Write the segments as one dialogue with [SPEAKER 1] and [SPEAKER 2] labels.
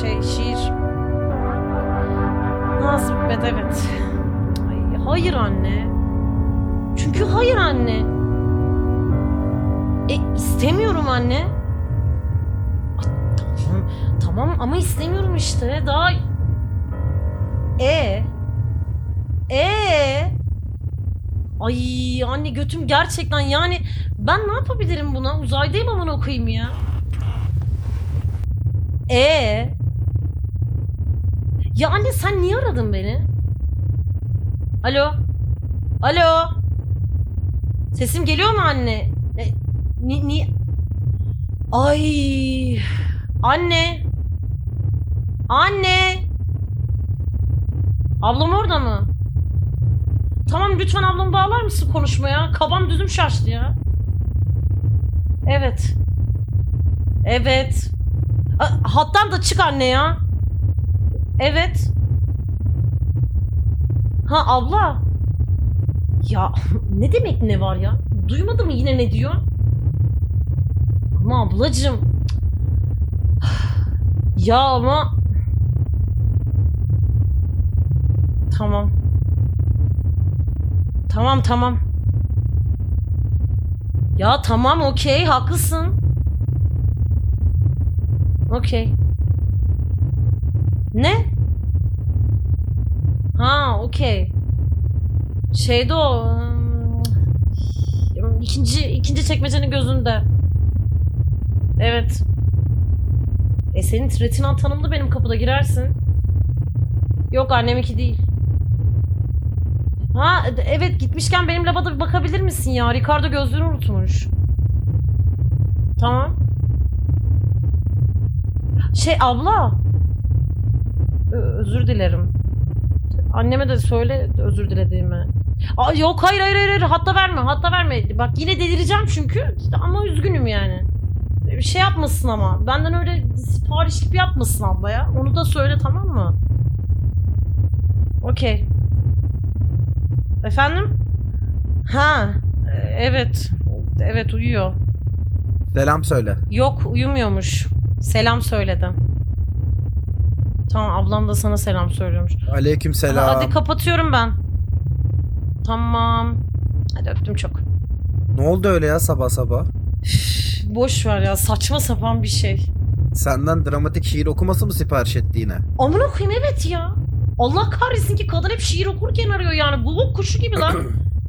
[SPEAKER 1] Şey, Evet evet. Ay, hayır anne. Çünkü hayır anne. E istemiyorum anne. Ay, tamam tamam ama istemiyorum işte. Daha e e Ay anne götüm gerçekten yani ben ne yapabilirim buna? Uzaydayım aman okuyayım ya. E ya anne sen niye aradın beni? Alo? Alo? Sesim geliyor mu anne? E, ni, ni... Ay. Anne. Anne. Ablam orada mı? Tamam lütfen ablamı bağlar mısın konuşmaya? Kabam düzüm şaştı ya. Evet. Evet. A- Hattan da çık anne ya. Evet. Ha abla. Ya ne demek ne var ya? Duymadı mı yine ne diyor? Ama ablacım. Ya ama. Tamam. Tamam tamam. Ya tamam okey haklısın. Okey. Ne? Ha, okey. Şeyde o. ım, ikinci ikinci çekmecenin gözünde. Evet. E senin retinan tanımlı benim kapıda girersin. Yok anneminki değil. Ha e- evet gitmişken benim lavada bir bakabilir misin ya? Ricardo gözlüğünü unutmuş. Tamam. Şey abla. Ö- özür dilerim. Anneme de söyle özür dilediğimi. Aa, yok hayır hayır hayır hayır. hatta verme hatta verme. Bak yine delireceğim çünkü ama üzgünüm yani. Bir Şey yapmasın ama benden öyle sipariş gibi yapmasın abla ya. Onu da söyle tamam mı? Okey. Efendim? Ha e, evet. Evet uyuyor.
[SPEAKER 2] Selam söyle.
[SPEAKER 1] Yok uyumuyormuş. Selam söyledim. Tamam ablam da sana selam söylüyormuş.
[SPEAKER 2] Aleyküm
[SPEAKER 1] Ama
[SPEAKER 2] selam.
[SPEAKER 1] Hadi kapatıyorum ben. Tamam. Hadi öptüm çok.
[SPEAKER 2] ne oldu öyle ya sabah sabah?
[SPEAKER 1] Üf, Boş ver ya saçma sapan bir şey.
[SPEAKER 2] Senden dramatik şiir okuması mı sipariş etti yine?
[SPEAKER 1] Amına koyayım evet ya. Allah kahretsin ki kadın hep şiir okurken arıyor yani. Buluk kuşu gibi lan.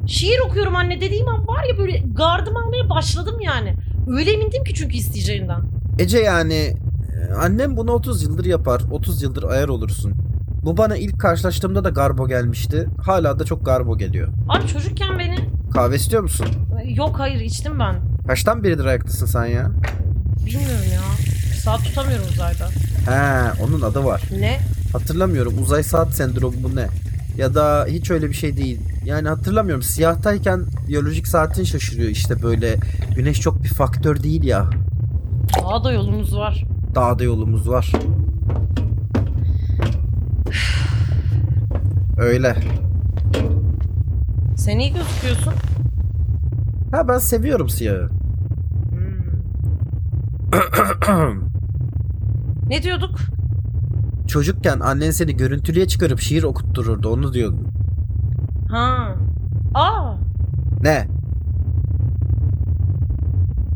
[SPEAKER 1] şiir okuyorum anne dediğim an var ya böyle gardım almaya başladım yani. Öyle emindim ki çünkü isteyeceğinden.
[SPEAKER 2] Ece yani e, annem bunu 30 yıldır yapar. 30 yıldır ayar olursun. Bu bana ilk karşılaştığımda da garbo gelmişti. Hala da çok garbo geliyor.
[SPEAKER 1] Abi çocukken beni...
[SPEAKER 2] Kahve istiyor musun?
[SPEAKER 1] Yok hayır içtim ben.
[SPEAKER 2] Kaçtan beridir ayaktasın sen ya?
[SPEAKER 1] Bilmiyorum ya. Saat tutamıyorum uzayda.
[SPEAKER 2] He onun adı var.
[SPEAKER 1] Ne?
[SPEAKER 2] Hatırlamıyorum uzay saat sendromu bu ne? Ya da hiç öyle bir şey değil. Yani hatırlamıyorum. Siyahtayken biyolojik saatin şaşırıyor işte böyle. Güneş çok bir faktör değil ya.
[SPEAKER 1] Daha da yolumuz var.
[SPEAKER 2] Dağda yolumuz var. Öyle.
[SPEAKER 1] Sen iyi gözüküyorsun.
[SPEAKER 2] Ha ben seviyorum siyahı.
[SPEAKER 1] Hmm. Ne diyorduk?
[SPEAKER 2] Çocukken annen seni görüntülüye çıkarıp şiir okuttururdu onu diyordun.
[SPEAKER 1] Ha. Aa.
[SPEAKER 2] Ne?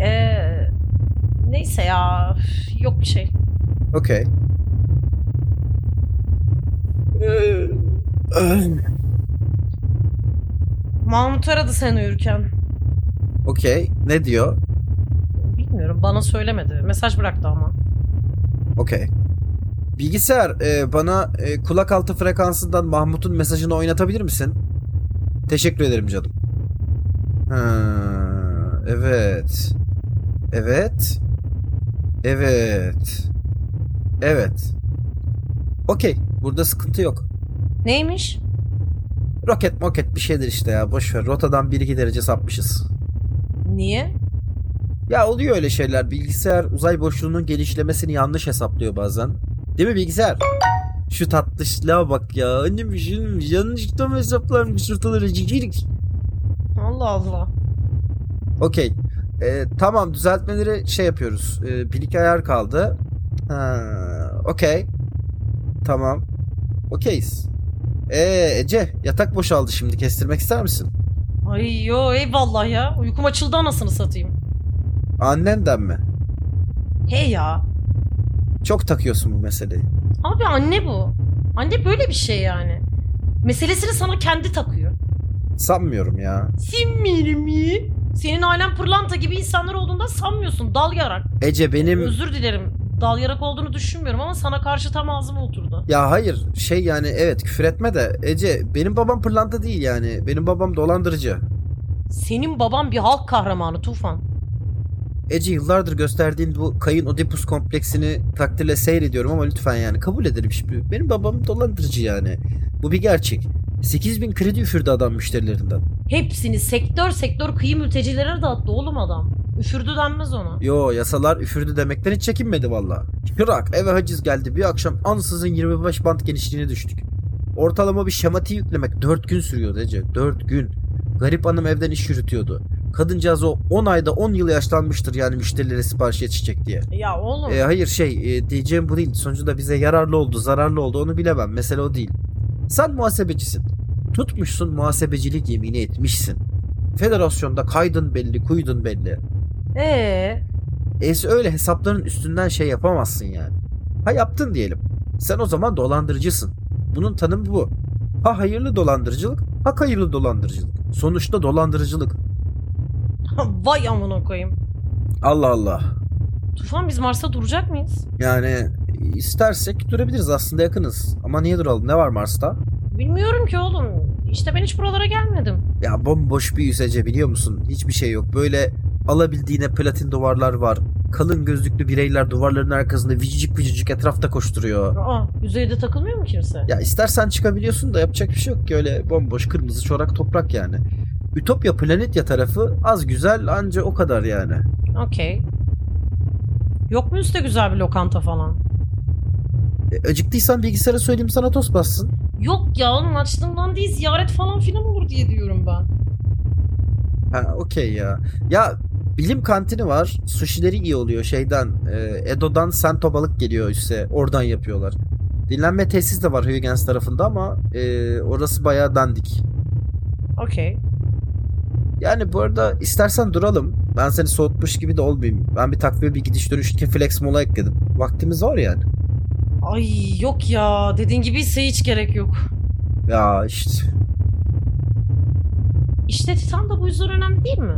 [SPEAKER 1] Ee, neyse ya. Üf, Yok bir şey.
[SPEAKER 2] Okey.
[SPEAKER 1] Mahmut aradı sen uyurken.
[SPEAKER 2] Okey. Ne diyor?
[SPEAKER 1] Bilmiyorum bana söylemedi. Mesaj bıraktı ama.
[SPEAKER 2] Okey. Bilgisayar e, bana e, kulak altı frekansından Mahmut'un mesajını oynatabilir misin? Teşekkür ederim canım. Ha, evet. Evet. Evet. Evet. Okey. Burada sıkıntı yok.
[SPEAKER 1] Neymiş?
[SPEAKER 2] Roket moket bir şeydir işte ya. Boş ver. Rotadan 1-2 derece sapmışız.
[SPEAKER 1] Niye?
[SPEAKER 2] Ya oluyor öyle şeyler. Bilgisayar uzay boşluğunun genişlemesini yanlış hesaplıyor bazen. Değil mi bilgisayar? Şu tatlışlığa bak ya. Annem şunun yanlışlıkla mı hesaplanmış rotaları cicirik.
[SPEAKER 1] Allah Allah.
[SPEAKER 2] Okey. Ee, tamam düzeltmeleri şey yapıyoruz. Ee, bir iki ayar kaldı. Ha, okey. Tamam. Okeyiz. Ee Ece yatak boşaldı şimdi kestirmek ister misin?
[SPEAKER 1] Ay yo eyvallah ya. Uykum açıldı anasını satayım.
[SPEAKER 2] Annenden mi?
[SPEAKER 1] He ya.
[SPEAKER 2] Çok takıyorsun bu meseleyi.
[SPEAKER 1] Abi anne bu. Anne böyle bir şey yani. Meselesini sana kendi takıyor.
[SPEAKER 2] Sanmıyorum ya.
[SPEAKER 1] Simmir mi? Senin ailen pırlanta gibi insanlar olduğundan sanmıyorsun. Dal yarak.
[SPEAKER 2] Ece benim...
[SPEAKER 1] Özür dilerim. Dal yarak olduğunu düşünmüyorum ama sana karşı tam ağzıma oturdu.
[SPEAKER 2] Ya hayır şey yani evet küfür etme de Ece benim babam pırlanta değil yani. Benim babam dolandırıcı.
[SPEAKER 1] Senin baban bir halk kahramanı Tufan.
[SPEAKER 2] Ece yıllardır gösterdiğin bu kayın Oedipus kompleksini takdirle seyrediyorum ama lütfen yani kabul edelim şimdi. Benim babam dolandırıcı yani. Bu bir gerçek. 8000 kredi üfürdü adam müşterilerinden.
[SPEAKER 1] Hepsini sektör sektör kıyı mültecilere dağıttı oğlum adam. Üfürdü denmez ona.
[SPEAKER 2] Yo yasalar üfürdü demekten hiç çekinmedi valla. Irak eve haciz geldi bir akşam ansızın 25 bant genişliğine düştük. Ortalama bir şematiği yüklemek 4 gün sürüyordu Ece 4 gün. Garip hanım evden iş yürütüyordu. Kadıncağız o 10 ayda 10 yıl yaşlanmıştır yani müşterilere sipariş yetişecek diye.
[SPEAKER 1] Ya oğlum.
[SPEAKER 2] E, hayır şey e, diyeceğim bu değil. Sonucunda bize yararlı oldu, zararlı oldu onu bilemem. Mesele o değil. Sen muhasebecisin. Tutmuşsun muhasebecilik yemini etmişsin. Federasyonda kaydın belli, kuydun belli.
[SPEAKER 1] Ee,
[SPEAKER 2] E öyle hesapların üstünden şey yapamazsın yani. Ha yaptın diyelim. Sen o zaman dolandırıcısın. Bunun tanımı bu. Ha hayırlı dolandırıcılık, ha hayırlı dolandırıcılık. Sonuçta dolandırıcılık.
[SPEAKER 1] vay amına koyayım.
[SPEAKER 2] Allah Allah.
[SPEAKER 1] Tufan biz Mars'ta duracak mıyız?
[SPEAKER 2] Yani istersek durabiliriz aslında yakınız. Ama niye duralım? Ne var Mars'ta?
[SPEAKER 1] Bilmiyorum ki oğlum. İşte ben hiç buralara gelmedim.
[SPEAKER 2] Ya bomboş bir yüzece biliyor musun? Hiçbir şey yok. Böyle alabildiğine platin duvarlar var. Kalın gözlüklü bireyler duvarların arkasında vicicik vicicik etrafta koşturuyor.
[SPEAKER 1] Aa, yüzeyde takılmıyor mu kimse?
[SPEAKER 2] Ya istersen çıkabiliyorsun da yapacak bir şey yok ki öyle bomboş kırmızı çorak toprak yani. Ütopya Planetya tarafı az güzel anca o kadar yani.
[SPEAKER 1] Okey. Yok mu üstte güzel bir lokanta falan?
[SPEAKER 2] E, acıktıysan bilgisayara söyleyeyim sana tost bassın.
[SPEAKER 1] Yok ya oğlum açlığımdan değil ziyaret falan filan olur diye diyorum ben.
[SPEAKER 2] Ha okey ya. Ya bilim kantini var. Sushileri iyi oluyor şeyden. e, Edo'dan Sento balık geliyor işte. Oradan yapıyorlar. Dinlenme tesis de var Huygens tarafında ama e, orası bayağı dandik.
[SPEAKER 1] Okey.
[SPEAKER 2] Yani bu arada istersen duralım. Ben seni soğutmuş gibi de olmayayım. Ben bir takviye bir gidiş dönüş için flex mola ekledim. Vaktimiz var yani.
[SPEAKER 1] Ay yok ya dediğin gibi ise hiç gerek yok.
[SPEAKER 2] Ya işte.
[SPEAKER 1] İşte Titan da bu yüzden önemli değil mi?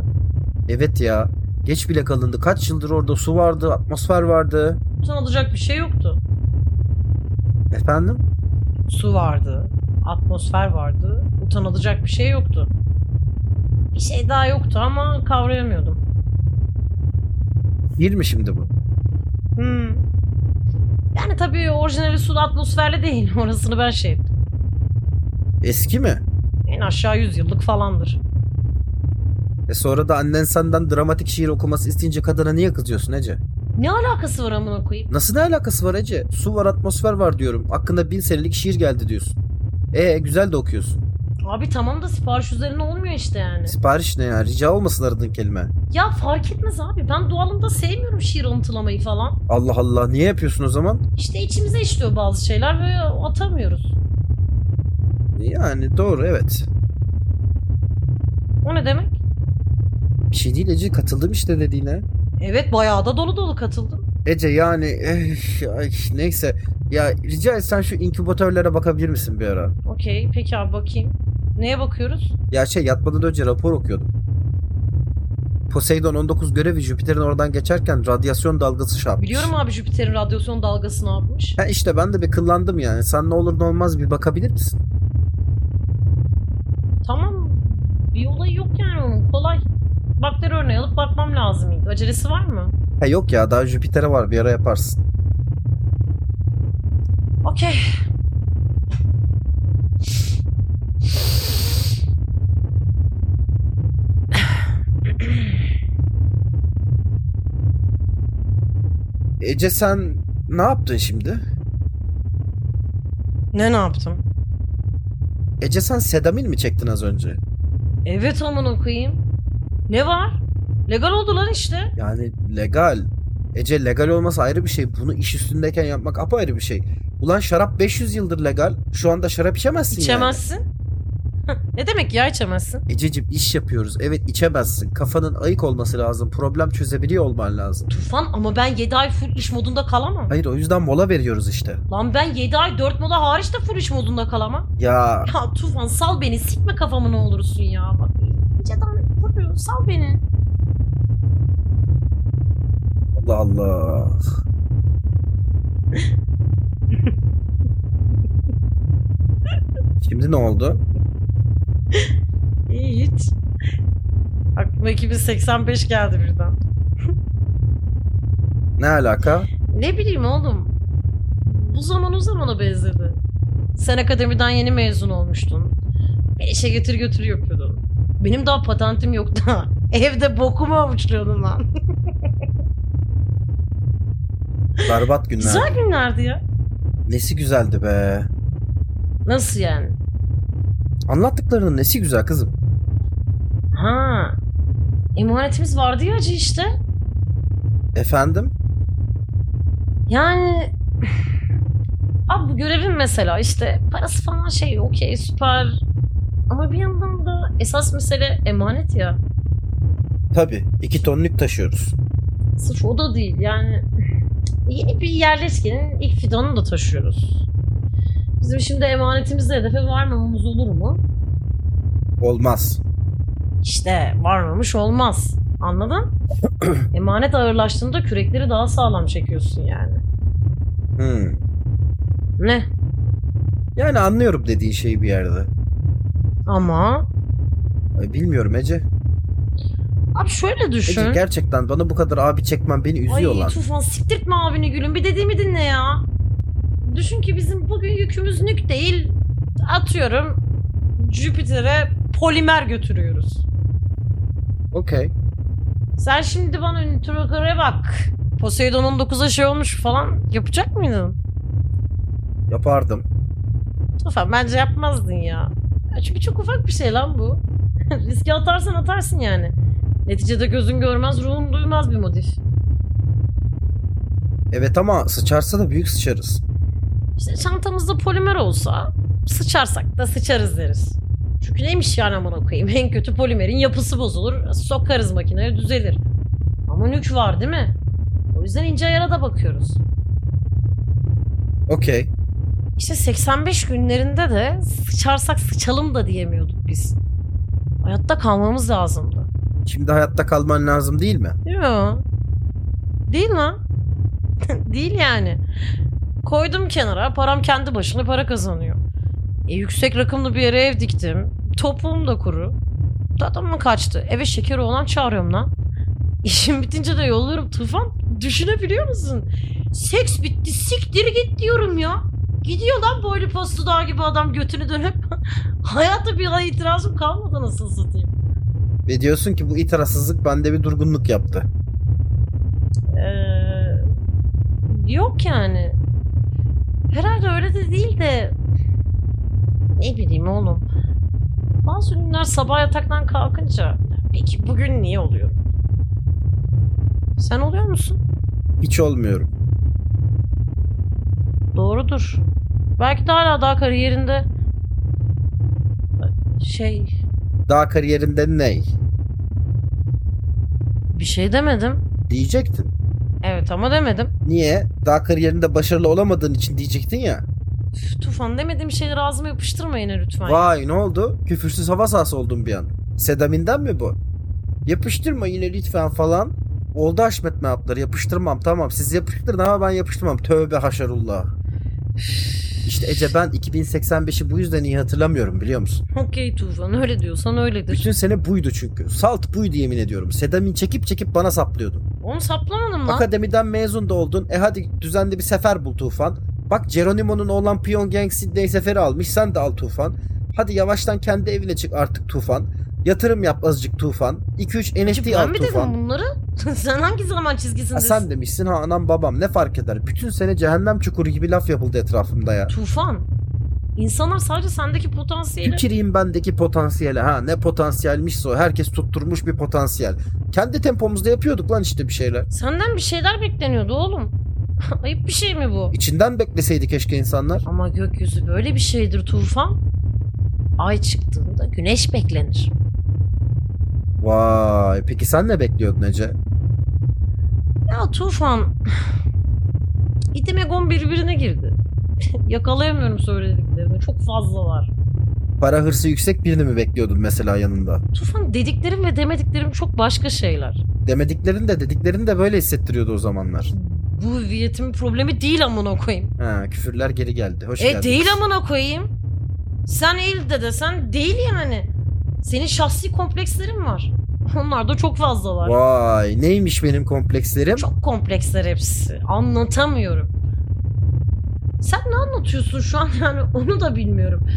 [SPEAKER 2] Evet ya. Geç bile kalındı. Kaç yıldır orada su vardı, atmosfer vardı.
[SPEAKER 1] Sen alacak bir şey yoktu.
[SPEAKER 2] Efendim?
[SPEAKER 1] su vardı, atmosfer vardı, utanılacak bir şey yoktu. Bir şey daha yoktu ama kavrayamıyordum.
[SPEAKER 2] Bir mi şimdi bu?
[SPEAKER 1] Hmm. Yani tabii orijinali su atmosferle değil, orasını ben şey ettim.
[SPEAKER 2] Eski mi?
[SPEAKER 1] En aşağı 100 yıllık falandır.
[SPEAKER 2] E sonra da annen senden dramatik şiir okuması isteyince kadına niye kızıyorsun Ece?
[SPEAKER 1] Ne alakası var amına koyayım?
[SPEAKER 2] Nasıl ne alakası var Ece? Su var atmosfer var diyorum. Hakkında bin senelik şiir geldi diyorsun. E güzel de okuyorsun.
[SPEAKER 1] Abi tamam da sipariş üzerine olmuyor işte yani.
[SPEAKER 2] Sipariş ne ya? Rica olmasın aradığın kelime.
[SPEAKER 1] Ya fark etmez abi ben doğalımda sevmiyorum şiir alıntılamayı falan.
[SPEAKER 2] Allah Allah niye yapıyorsun o zaman?
[SPEAKER 1] İşte içimize işliyor bazı şeyler ve atamıyoruz.
[SPEAKER 2] Yani doğru evet.
[SPEAKER 1] O ne demek?
[SPEAKER 2] Bir şey değil Ece katıldım işte dediğine.
[SPEAKER 1] Evet bayağı da dolu dolu katıldım.
[SPEAKER 2] Ece yani eh, ay, neyse ya rica etsen şu inkübatörlere bakabilir misin bir ara?
[SPEAKER 1] Okey peki abi bakayım. Neye bakıyoruz?
[SPEAKER 2] Ya şey yatmadan önce rapor okuyordum. Poseidon 19 görevi Jüpiter'in oradan geçerken radyasyon dalgası çarpmış.
[SPEAKER 1] Biliyorum abi Jüpiter'in radyasyon dalgasını almış.
[SPEAKER 2] Ha işte ben de bir kıllandım yani. Sen ne olur ne olmaz bir bakabilir misin?
[SPEAKER 1] Tamam bir olayı yok yani onun kolay. Bakteri örneği alıp bakmam lazım ilk. Acelesi var mı?
[SPEAKER 2] Ha yok ya daha Jüpiter'e var bir ara yaparsın.
[SPEAKER 1] Okey.
[SPEAKER 2] Ece sen ne yaptın şimdi?
[SPEAKER 1] Ne ne yaptım?
[SPEAKER 2] Ece sen sedamin mi çektin az önce?
[SPEAKER 1] Evet amına koyayım. Ne var? Legal oldu lan işte.
[SPEAKER 2] Yani legal. Ece legal olması ayrı bir şey. Bunu iş üstündeyken yapmak apayrı bir şey. Ulan şarap 500 yıldır legal. Şu anda şarap içemezsin yani.
[SPEAKER 1] İçemezsin. ne demek ya içemezsin?
[SPEAKER 2] Ececiğim iş yapıyoruz. Evet içemezsin. Kafanın ayık olması lazım. Problem çözebiliyor olman lazım.
[SPEAKER 1] Tufan ama ben 7 ay full iş modunda kalamam.
[SPEAKER 2] Hayır o yüzden mola veriyoruz işte.
[SPEAKER 1] Lan ben 7 ay 4 mola hariç de full iş modunda kalamam.
[SPEAKER 2] Ya
[SPEAKER 1] Ya Tufan sal beni sikme kafamı ne olursun ya. Bak inceden vuruyor sal beni.
[SPEAKER 2] Allah Allah. Şimdi ne oldu?
[SPEAKER 1] İyi hiç. Aklıma 2085 geldi birden.
[SPEAKER 2] Ne alaka?
[SPEAKER 1] Ne bileyim oğlum. Bu zaman o zamana benzedi. Sen akademiden yeni mezun olmuştun. Bir işe getir götür yapıyordun. Benim daha patentim yoktu ha. Evde bokumu avuçluyordum lan.
[SPEAKER 2] Berbat günler.
[SPEAKER 1] Güzel günlerdi ya.
[SPEAKER 2] Nesi güzeldi be.
[SPEAKER 1] Nasıl yani?
[SPEAKER 2] Anlattıklarının nesi güzel kızım.
[SPEAKER 1] Ha. İmanetimiz vardı ya acı işte.
[SPEAKER 2] Efendim?
[SPEAKER 1] Yani abi bu görevin mesela işte parası falan şey okey süper ama bir yandan da esas mesele emanet ya.
[SPEAKER 2] Tabii. iki tonluk taşıyoruz.
[SPEAKER 1] Sırf o da değil yani yeni bir yerleşkenin ilk fidanını da taşıyoruz. Bizim şimdi emanetimizde hedefe varmamamız olur mu?
[SPEAKER 2] Olmaz.
[SPEAKER 1] İşte varmamış olmaz. Anladın? Emanet ağırlaştığında kürekleri daha sağlam çekiyorsun yani.
[SPEAKER 2] Hmm.
[SPEAKER 1] Ne?
[SPEAKER 2] Yani anlıyorum dediğin şeyi bir yerde.
[SPEAKER 1] Ama
[SPEAKER 2] Ay, Bilmiyorum Ece.
[SPEAKER 1] abi şöyle düşün.
[SPEAKER 2] Ece gerçekten bana bu kadar abi çekmen beni üzüyor
[SPEAKER 1] Ay
[SPEAKER 2] lan.
[SPEAKER 1] Tufan siktirtme abini gülüm. Bir dediğimi dinle ya. Düşün ki bizim bugün yükümüz nük değil. Atıyorum Jüpiter'e polimer götürüyoruz.
[SPEAKER 2] Okey.
[SPEAKER 1] Sen şimdi bana Nitrokar'a bak. Poseidon'un 9'a şey olmuş falan yapacak mıydın?
[SPEAKER 2] Yapardım.
[SPEAKER 1] Tufan bence yapmazdın ya. Ya Çünkü çok ufak bir şey lan bu. Riske atarsan atarsın yani. Neticede gözün görmez, ruhun duymaz bir modif.
[SPEAKER 2] Evet ama sıçarsa da büyük sıçarız.
[SPEAKER 1] İşte çantamızda polimer olsa sıçarsak da sıçarız deriz. Çünkü neymiş yani amına koyayım en kötü polimerin yapısı bozulur sokarız makineye düzelir. Ama nük var değil mi? O yüzden ince ayara da bakıyoruz.
[SPEAKER 2] Okey.
[SPEAKER 1] İşte 85 günlerinde de sıçarsak sıçalım da diyemiyorduk biz. Hayatta kalmamız lazımdı.
[SPEAKER 2] Şimdi hayatta kalman lazım değil mi?
[SPEAKER 1] Yo. Değil lan. Değil yani. Koydum kenara. Param kendi başına para kazanıyor. E, yüksek rakımlı bir yere ev diktim. Topuğum da kuru. Tadım mı kaçtı? Eve şeker oğlan çağırıyorum lan. İşim bitince de yolluyorum Tufan. Düşünebiliyor musun? Seks bitti siktir git diyorum ya. Gidiyor lan boylu postu dağ gibi adam götünü dönüp. Hayata bir ay itirazım kalmadı nasıl satayım.
[SPEAKER 2] Ve diyorsun ki bu itararsızlık bende bir durgunluk yaptı.
[SPEAKER 1] Ee, yok yani. Herhalde öyle de değil de ne bileyim oğlum. Bazı ünlüler sabah yataktan kalkınca peki bugün niye oluyor? Sen oluyor musun?
[SPEAKER 2] Hiç olmuyorum.
[SPEAKER 1] Doğrudur. Belki de hala daha kariyerinde şey
[SPEAKER 2] Daha kariyerinde ney?
[SPEAKER 1] bir şey demedim.
[SPEAKER 2] Diyecektin.
[SPEAKER 1] Evet ama demedim.
[SPEAKER 2] Niye? Daha kariyerinde başarılı olamadığın için diyecektin ya.
[SPEAKER 1] Üf, Tufan demediğim şeyleri ağzıma yapıştırmayın ha lütfen.
[SPEAKER 2] Vay ne oldu? Küfürsüz hava sahası oldun bir an. Sedaminden mi bu? Yapıştırma yine lütfen falan. Oldu Haşmet meapları yapıştırmam tamam siz yapıştırın ama ben yapıştırmam. Tövbe haşarullah. İşte Ece ben 2085'i bu yüzden iyi hatırlamıyorum biliyor musun?
[SPEAKER 1] Okey Tufan öyle diyorsan öyledir.
[SPEAKER 2] Bütün sene buydu çünkü. Salt buydu yemin ediyorum. Sedamin çekip çekip bana saplıyordun.
[SPEAKER 1] Onu saplamadım lan.
[SPEAKER 2] Akademiden mezun da oldun. E hadi düzenli bir sefer bul Tufan. Bak Geronimo'nun oğlan Pyongyang Sydney seferi almış. Sen de al Tufan. Hadi yavaştan kendi evine çık artık Tufan. Yatırım yap azıcık Tufan. 2-3 NFT
[SPEAKER 1] Ben
[SPEAKER 2] al
[SPEAKER 1] mi dedim
[SPEAKER 2] Tufan.
[SPEAKER 1] bunları? Sen hangi zaman çizgisindesin?
[SPEAKER 2] Ha, sen demişsin ha anam babam ne fark eder. Bütün sene cehennem çukuru gibi laf yapıldı etrafımda ya.
[SPEAKER 1] Tufan. İnsanlar sadece sendeki potansiyeli...
[SPEAKER 2] Tükireyim bendeki potansiyele. Ha ne potansiyelmişse o. Herkes tutturmuş bir potansiyel. Kendi tempomuzda yapıyorduk lan işte bir şeyler.
[SPEAKER 1] Senden bir şeyler bekleniyordu oğlum. Ayıp bir şey mi bu?
[SPEAKER 2] İçinden bekleseydi keşke insanlar.
[SPEAKER 1] Ama gökyüzü böyle bir şeydir Tufan. Ay çıktığında güneş beklenir.
[SPEAKER 2] Vay peki sen ne bekliyordun Ece?
[SPEAKER 1] Ya Tufan... İtim Egon birbirine girdi. Yakalayamıyorum söylediklerini. Çok fazla var.
[SPEAKER 2] Para hırsı yüksek birini mi bekliyordun mesela yanında?
[SPEAKER 1] Tufan dediklerim ve demediklerim çok başka şeyler.
[SPEAKER 2] Demediklerini de dediklerini de böyle hissettiriyordu o zamanlar.
[SPEAKER 1] Bu hüviyetimin problemi değil amına koyayım.
[SPEAKER 2] Ha, küfürler geri geldi. Hoş
[SPEAKER 1] e
[SPEAKER 2] geldin.
[SPEAKER 1] değil amına koyayım. Sen il de desen değil yani. Senin şahsi komplekslerin var. Onlar da çok fazla var.
[SPEAKER 2] Vay neymiş benim komplekslerim?
[SPEAKER 1] Çok kompleksler hepsi. Anlatamıyorum. Sen ne anlatıyorsun şu an yani onu da bilmiyorum.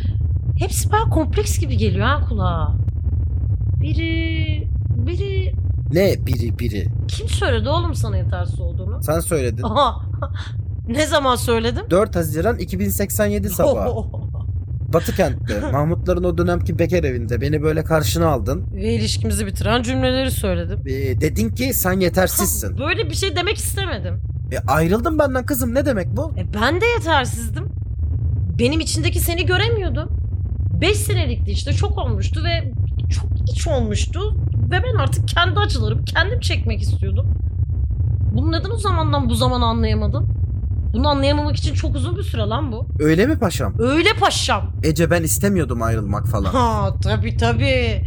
[SPEAKER 1] Hepsi bana kompleks gibi geliyor ha kulağa. Biri... Biri...
[SPEAKER 2] Ne biri biri?
[SPEAKER 1] Kim söyledi oğlum sana yetersiz olduğunu?
[SPEAKER 2] Sen söyledin.
[SPEAKER 1] Aha! ne zaman söyledim?
[SPEAKER 2] 4 Haziran 2087 sabahı. Batı kentte. Mahmutların o dönemki bekar evinde beni böyle karşına aldın.
[SPEAKER 1] Ve ilişkimizi bitiren cümleleri söyledim.
[SPEAKER 2] Ee, dedin ki sen yetersizsin.
[SPEAKER 1] Böyle bir şey demek istemedim.
[SPEAKER 2] E, ayrıldın benden kızım ne demek bu?
[SPEAKER 1] E ben de yetersizdim. Benim içindeki seni göremiyordum. 5 senelikti işte çok olmuştu ve çok iç olmuştu. Ve ben artık kendi acılarımı kendim çekmek istiyordum. Bunu neden o zamandan bu zaman anlayamadım? Bunu anlayamamak için çok uzun bir süre lan bu.
[SPEAKER 2] Öyle mi paşam?
[SPEAKER 1] Öyle paşam.
[SPEAKER 2] Ece ben istemiyordum ayrılmak falan.
[SPEAKER 1] Ha tabii tabii.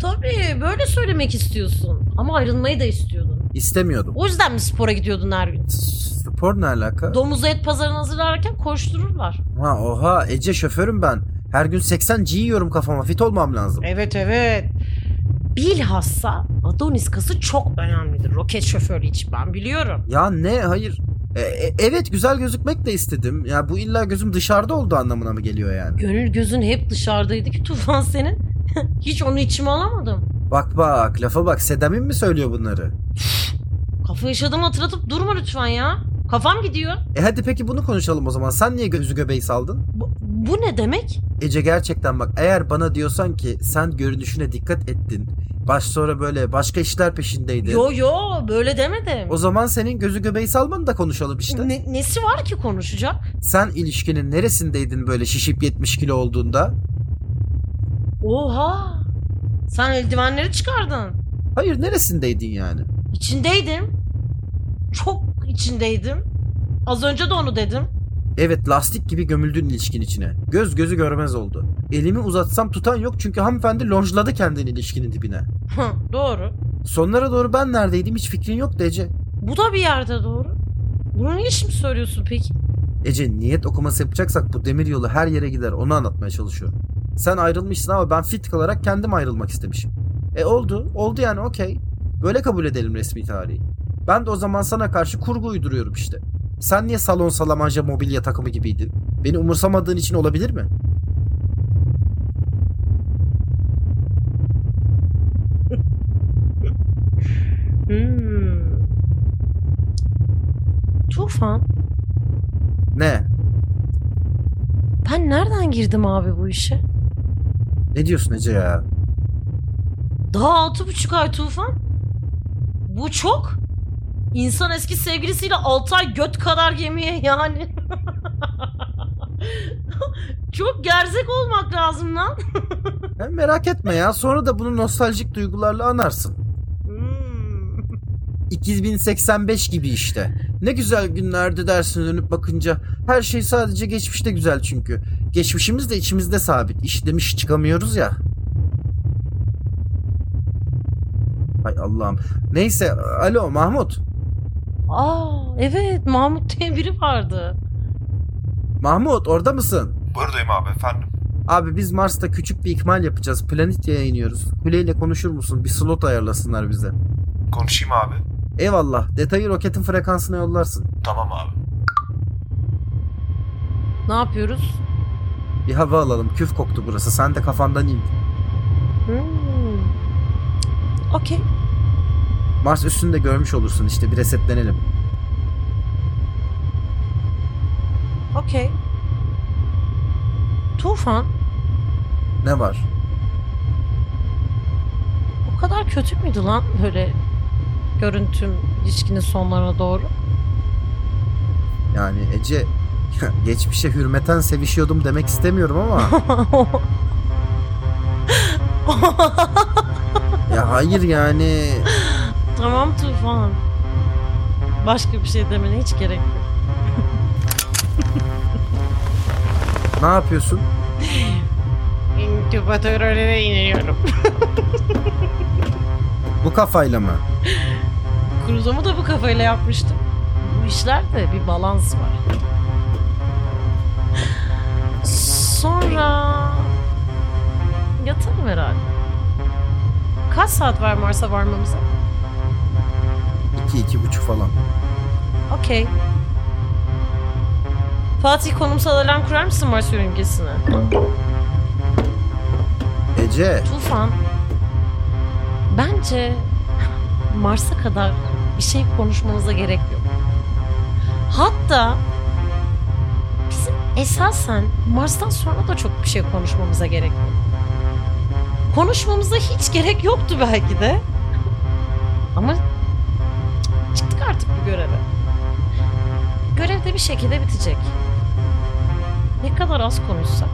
[SPEAKER 1] Tabii böyle söylemek istiyorsun. Ama ayrılmayı da istiyordun.
[SPEAKER 2] İstemiyordum.
[SPEAKER 1] O yüzden mi spora gidiyordun her gün?
[SPEAKER 2] S- Spor ne alaka?
[SPEAKER 1] Domuz et pazarını hazırlarken koştururlar.
[SPEAKER 2] Ha oha Ece şoförüm ben. Her gün 80 G yiyorum kafama fit olmam lazım.
[SPEAKER 1] Evet evet. Bilhassa Adonis kası çok önemlidir roket şoförü için ben biliyorum.
[SPEAKER 2] Ya ne hayır. E, e, evet güzel gözükmek de istedim. Ya bu illa gözüm dışarıda oldu anlamına mı geliyor yani?
[SPEAKER 1] Gönül gözün hep dışarıdaydı ki Tufan senin. Hiç onu içime alamadım.
[SPEAKER 2] Bak bak lafa bak Sedam'in mi söylüyor bunları?
[SPEAKER 1] Kafa yaşadığımı hatırlatıp durma lütfen ya. Kafam gidiyor.
[SPEAKER 2] E hadi peki bunu konuşalım o zaman. Sen niye gözü göbeği saldın?
[SPEAKER 1] Bu, bu ne demek?
[SPEAKER 2] Ece gerçekten bak eğer bana diyorsan ki sen görünüşüne dikkat ettin. Baş sonra böyle başka işler peşindeydin.
[SPEAKER 1] Yo yo böyle demedim.
[SPEAKER 2] O zaman senin gözü göbeği salmanı da konuşalım işte.
[SPEAKER 1] Ne- nesi var ki konuşacak?
[SPEAKER 2] Sen ilişkinin neresindeydin böyle şişip 70 kilo olduğunda?
[SPEAKER 1] Oha. Sen eldivenleri çıkardın.
[SPEAKER 2] Hayır neresindeydin yani?
[SPEAKER 1] İçindeydim. Çok içindeydim. Az önce de onu dedim.
[SPEAKER 2] Evet lastik gibi gömüldün ilişkin içine. Göz gözü görmez oldu. Elimi uzatsam tutan yok çünkü hanımefendi lonjladı kendini ilişkinin dibine.
[SPEAKER 1] Hı, doğru.
[SPEAKER 2] Sonlara doğru ben neredeydim hiç fikrin yok Ece.
[SPEAKER 1] Bu da bir yerde doğru. Bunu niye şimdi söylüyorsun peki?
[SPEAKER 2] Ece niyet okuması yapacaksak bu demir yolu her yere gider onu anlatmaya çalışıyorum. Sen ayrılmışsın ama ben fit kalarak kendim ayrılmak istemişim. E oldu. Oldu yani okey. Böyle kabul edelim resmi tarihi. Ben de o zaman sana karşı kurgu uyduruyorum işte. Sen niye salon salamanca mobilya takımı gibiydin? Beni umursamadığın için olabilir mi?
[SPEAKER 1] Hmm. Tufan,
[SPEAKER 2] Ne?
[SPEAKER 1] ben nereden girdim abi bu işe?
[SPEAKER 2] Ne diyorsun Ece ya?
[SPEAKER 1] Daha altı buçuk ay Tufan. Bu çok. İnsan eski sevgilisiyle altı ay göt kadar gemiye yani. çok gerzek olmak lazım lan.
[SPEAKER 2] Ya merak etme ya. Sonra da bunu nostaljik duygularla anarsın.
[SPEAKER 1] Hmm.
[SPEAKER 2] 2085 gibi işte. Ne güzel günlerdi dersin dönüp bakınca. Her şey sadece geçmişte güzel çünkü. Geçmişimiz de içimizde sabit. İşlemiş çıkamıyoruz ya. Hay Allah'ım. Neyse alo Mahmut.
[SPEAKER 1] Aa evet Mahmut diye biri vardı.
[SPEAKER 2] Mahmut orada mısın?
[SPEAKER 3] Buradayım abi efendim.
[SPEAKER 2] Abi biz Mars'ta küçük bir ikmal yapacağız. Planitya'ya iniyoruz. Kuleyle konuşur musun? Bir slot ayarlasınlar bize.
[SPEAKER 3] Konuşayım abi.
[SPEAKER 2] Eyvallah. Detayı roketin frekansına yollarsın.
[SPEAKER 3] Tamam abi.
[SPEAKER 1] Ne yapıyoruz?
[SPEAKER 2] Bir hava alalım. Küf koktu burası. Sen de kafandan in.
[SPEAKER 1] Hmm. Okey.
[SPEAKER 2] Mars üstünü de görmüş olursun işte bir resetlenelim.
[SPEAKER 1] Okey. Tufan
[SPEAKER 2] Ne var?
[SPEAKER 1] o kadar kötü müydü lan böyle görüntüm ilişkinin sonlarına doğru?
[SPEAKER 2] Yani Ece geçmişe hürmeten sevişiyordum demek istemiyorum ama ya hayır yani
[SPEAKER 1] tamam Tufan. Başka bir şey demene hiç gerek yok.
[SPEAKER 2] ne yapıyorsun?
[SPEAKER 1] İnkübatörüne iniliyorum.
[SPEAKER 2] Bu kafayla mı?
[SPEAKER 1] Cruzo'mu da bu kafayla yapmıştım. Bu işlerde bir balans var. Sonra yatarım herhalde. Kaç saat var Mars'a varmamıza?
[SPEAKER 2] İki iki buçuk falan.
[SPEAKER 1] Okey. Fatih konumsal alarm kurar mısın Mars yörüngesine?
[SPEAKER 2] Ece
[SPEAKER 1] Tufan, bence Mars'a kadar bir şey konuşmamıza gerek yok. Hatta bizim esasen Mars'tan sonra da çok bir şey konuşmamıza gerek yok. Konuşmamıza hiç gerek yoktu belki de. Ama çıktık artık bu göreve. Görev de bir şekilde bitecek. Ne kadar az konuşsak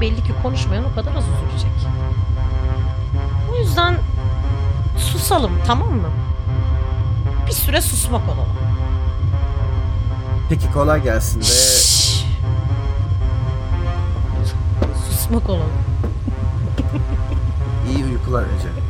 [SPEAKER 1] belli ki konuşmayan o kadar az üzülecek. O yüzden susalım tamam mı? Bir süre susmak olalım.
[SPEAKER 2] peki kolay gelsin de
[SPEAKER 1] Şşş. Susmak olalım.
[SPEAKER 2] iyi uykular Ece.